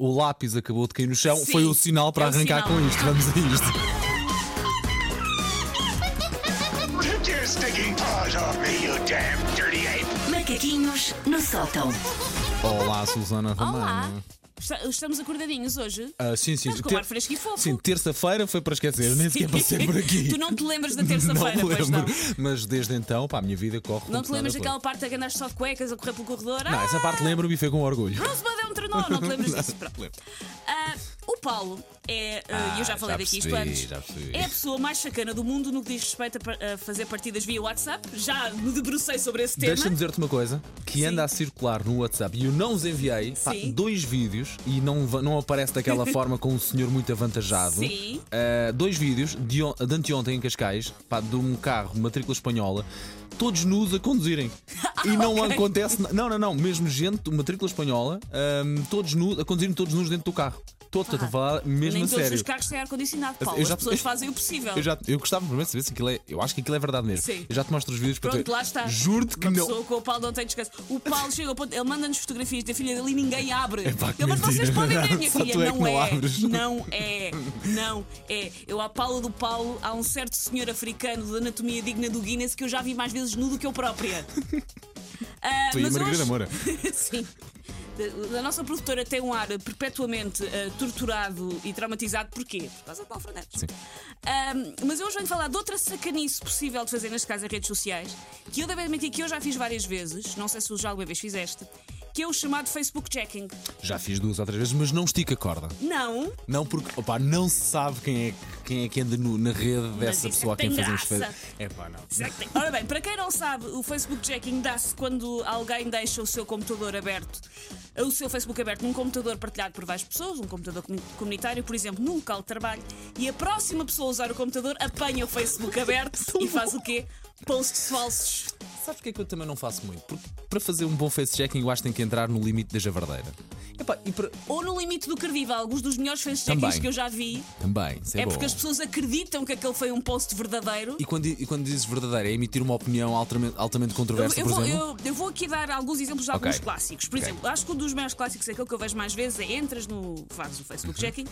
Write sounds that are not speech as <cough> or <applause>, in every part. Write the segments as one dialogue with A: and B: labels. A: o lápis acabou de cair no chão,
B: Sim,
A: foi o sinal para
B: é o
A: arrancar
B: sinal.
A: com isto. Vamos a isto.
C: Take your sticking paws off me, you damn dirty ape!
D: Macaquinhos no sótão.
A: Olá, Susana
B: Olá!
A: Romana.
B: Está- Estamos acordadinhos hoje?
A: Ah, sim, sim.
B: Estás com o ar fresco e fofo.
A: Sim, terça-feira foi para esquecer, nem sequer passei por aqui.
B: <laughs> tu não te lembras da
A: <laughs> Não me
B: terça-feira, pois não?
A: lembro, mas desde então, pá, a minha vida corre como
B: Não te
A: se nada
B: lembras
A: fosse.
B: daquela parte da que andaste só de cuecas a correr pelo corredor? Ah,
A: Não, essa parte lembro-me e foi com orgulho.
B: Bruce Badão tornou, um não te
A: <laughs>
B: lembras disso? Pronto.
A: Lembro.
B: Ah, o Paulo é, ah,
A: Ah,
B: eu já falei
A: já
B: daqui isto
A: percebi,
B: antes,
A: já percebi.
B: é a pessoa mais sacana do mundo no que diz respeito a par- a, fazer partidas via WhatsApp. Já me debrucei sobre esse tema.
A: Deixa-me dizer-te uma coisa que anda a circular no WhatsApp e eu não os enviei pá,
B: Sim.
A: dois vídeos e não, va- não aparece
B: <laughs>
A: daquela forma com um senhor muito avantajado.
B: Sim.
A: Ah, dois vídeos de, on- de anteontem em Cascais, pá, de um carro, matrícula espanhola, todos nus a
B: <laughs>
A: conduzirem. E não acontece. na- Não, não, não. Mesmo gente, matrícula espanhola, ahm, todos nus, a conduzirem todos nus dentro do carro. Estou a falar mesmo
B: Ah, Nem
A: a
B: todos
A: sério.
B: os carros têm ar-condicionado, Paulo.
A: Eu já-
B: As pessoas fazem o possível.
A: Eu, já, eu gostava primeiro de saber se aquilo é. Eu acho que aquilo é verdade mesmo.
B: Sim.
A: Eu já te mostro os vídeos para tu
B: Pronto,
A: ver.
B: lá está.
A: Juro-te que
B: Uma
A: não.
B: pessoa com o Paulo não tem descanso. O Paulo chega ao ponto, ele manda-nos fotografias da filha dele e ninguém abre.
A: É pá, que
B: ele, mas vocês
A: mentira.
B: podem ver, minha
A: Só
B: filha.
A: tu é que
B: não,
A: não
B: é,
A: abres.
B: não é, não é. Eu, à Paula do Paulo, há um certo senhor africano de anatomia digna do Guinness que eu já vi mais vezes nu do que eu própria. Ah,
A: Tu e a
B: mas
A: Margarida
B: hoje-
A: Moura.
B: <laughs> Sim. Da- A nossa produtora tem um ar perpetuamente ah, torturado e traumatizado. Porquê? Por causa de Paulo Fernandes. Ahm, mas eu hoje venho falar de outra sacanice possível de fazer, neste caso, em redes sociais, que eu devo admitir que eu já fiz várias vezes, não sei se já alguma vez fizeste, que é o chamado Facebook Checking.
A: Já fiz duas ou três vezes, mas não estica a corda.
B: Não,
A: Não porque, opá, não se sabe quem é, quem é que anda no- na rede
B: isso
A: dessa
B: é que
A: pessoa a
B: tem
A: quem fazemos
B: graça.
A: É pá, não.
B: Ora bem, para quem não sabe, o Facebook Jacking dá-se quando alguém deixa o seu computador aberto, o seu Facebook aberto num computador partilhado por várias pessoas, um computador comu- comunitário, por exemplo, num local de trabalho, e a próxima pessoa a usar o computador apanha o Facebook aberto
A: <laughs>
B: e faz o quê? Posts falsos.
A: Sabes porque é que eu também não faço muito? Porque para fazer um bom face checking eu acho que tem que entrar no limite da javardeira. Epá, e para...
B: Ou no limite do credível, alguns dos melhores face checkings
A: Também.
B: que eu já vi
A: Também, isso é,
B: é
A: bom.
B: porque as pessoas acreditam que aquele foi um post verdadeiro.
A: E quando, e quando dizes verdadeira, é emitir uma opinião altamente, altamente
B: Eu,
A: controversa,
B: eu
A: por
B: vou,
A: exemplo?
B: eu- eu vou aqui dar alguns exemplos de
A: Ok.
B: alguns clássicos. Por
A: Ok.
B: exemplo, acho que um dos maiores clássicos é aquele que eu vejo mais vezes: é entras no. fazes o
A: Uhum.
B: Facebook checking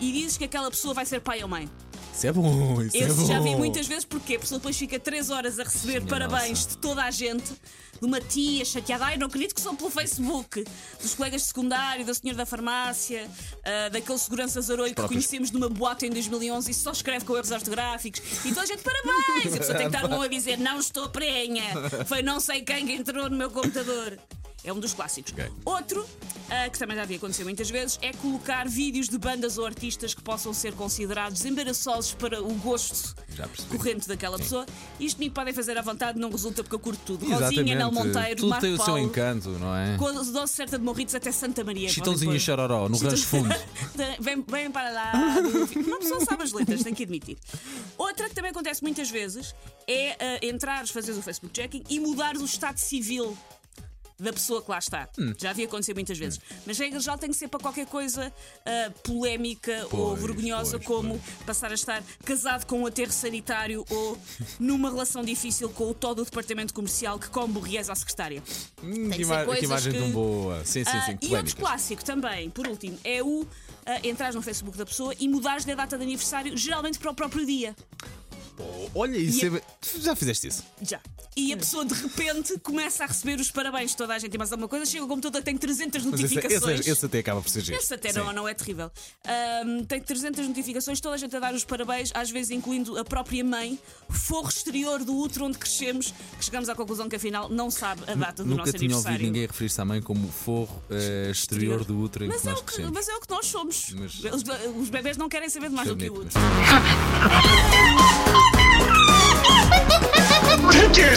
B: e dizes que aquela pessoa vai ser pai ou mãe.
A: Isso é bom, isso é
B: Esse
A: bom.
B: já vi muitas vezes porque a pessoa depois fica 3 horas a receber
A: Minha
B: parabéns
A: é nossa.
B: de toda a gente, de uma tia chateada. Ai, não acredito que são pelo Facebook, dos colegas de secundário, do senhor da farmácia, ah, daquele segurança zarolho que
A: próprios.
B: conhecemos numa boate em 2011 e só escreve com erros ortográficos. E toda a gente, parabéns! A pessoa tem que estar no olho e dizer: Não estou prenha, foi não sei quem que entrou no meu computador. É um dos clássicos.
A: Ok.
B: Outro, ah, que também já havia acontecido muitas vezes, é colocar vídeos de bandas ou artistas que possam ser considerados embaraçosos para o gosto
A: Já percebi.
B: corrente daquela pessoa. Isto nem podem fazer à vontade, não resulta porque eu curto tudo.
A: Exatamente.
B: Rosinha, Nel Monteiro,
A: Tudo
B: Marco
A: tem o seu
B: Paulo,
A: encanto, não é?
B: Com a dose certa de morritos até Santa Maria.
A: Chitãozinho
B: podem
A: e
B: pôr.
A: Chororó, no
B: Chitão-
A: rancho fundo.
B: <laughs> vem, vem para lá. Uma pessoa sabe as letras, tem que admitir. Outra que também acontece muitas vezes é ah, entrares, fazeres o Facebook checking e mudares o estado civil da pessoa que lá está.
A: Hum.
B: Já havia acontecido muitas vezes. Mas regra já tem que ser para qualquer coisa ah, polémica ou
A: Pois,
B: vergonhosa,
A: pois,
B: como passar a estar casado com um aterro sanitário ou numa relação difícil com o todo do departamento comercial que come burriés à secretária.
A: Hum, que,
B: que ser
A: ima- que
B: coisas
A: imagem
B: que-
A: tão boa. Sim, sim,
B: Ah,
A: sim.
B: e outro
A: polémicas.
B: clássico também, por último, é o ah, entrares no Facebook da pessoa e mudares-lhe a data de aniversário, geralmente para o próprio dia.
A: Oh, Olha, isso
B: E-
A: é... Tu já fizeste isso?
B: Já. E a pessoa de repente começa a receber os parabéns de toda a gente e mais alguma coisa, chega ao computador, tem 300
A: Mas esse, é-
B: notificações.
A: esse- esse até acaba por ser giro.
B: Esse até
A: Sim.
B: não, não é terrível. Ahm, tem 300 notificações, toda a gente a dar os parabéns, às vezes incluindo a própria mãe, forro exterior do útero onde crescemos, que chegamos à conclusão que afinal não sabe a data do
A: Nunca
B: nosso
A: tinha ouvido
B: aniversário.
A: ninguém referir-se à mãe como forro eh, exterior do útero em
B: mas,
A: que
B: é
A: nós
B: o que,
A: crescemos.
B: mas é o que nós somos.
A: Mas-
B: Os, os bebés não querem saber de mais do que o
A: Bonito,
B: útero.
A: mas-
C: Take your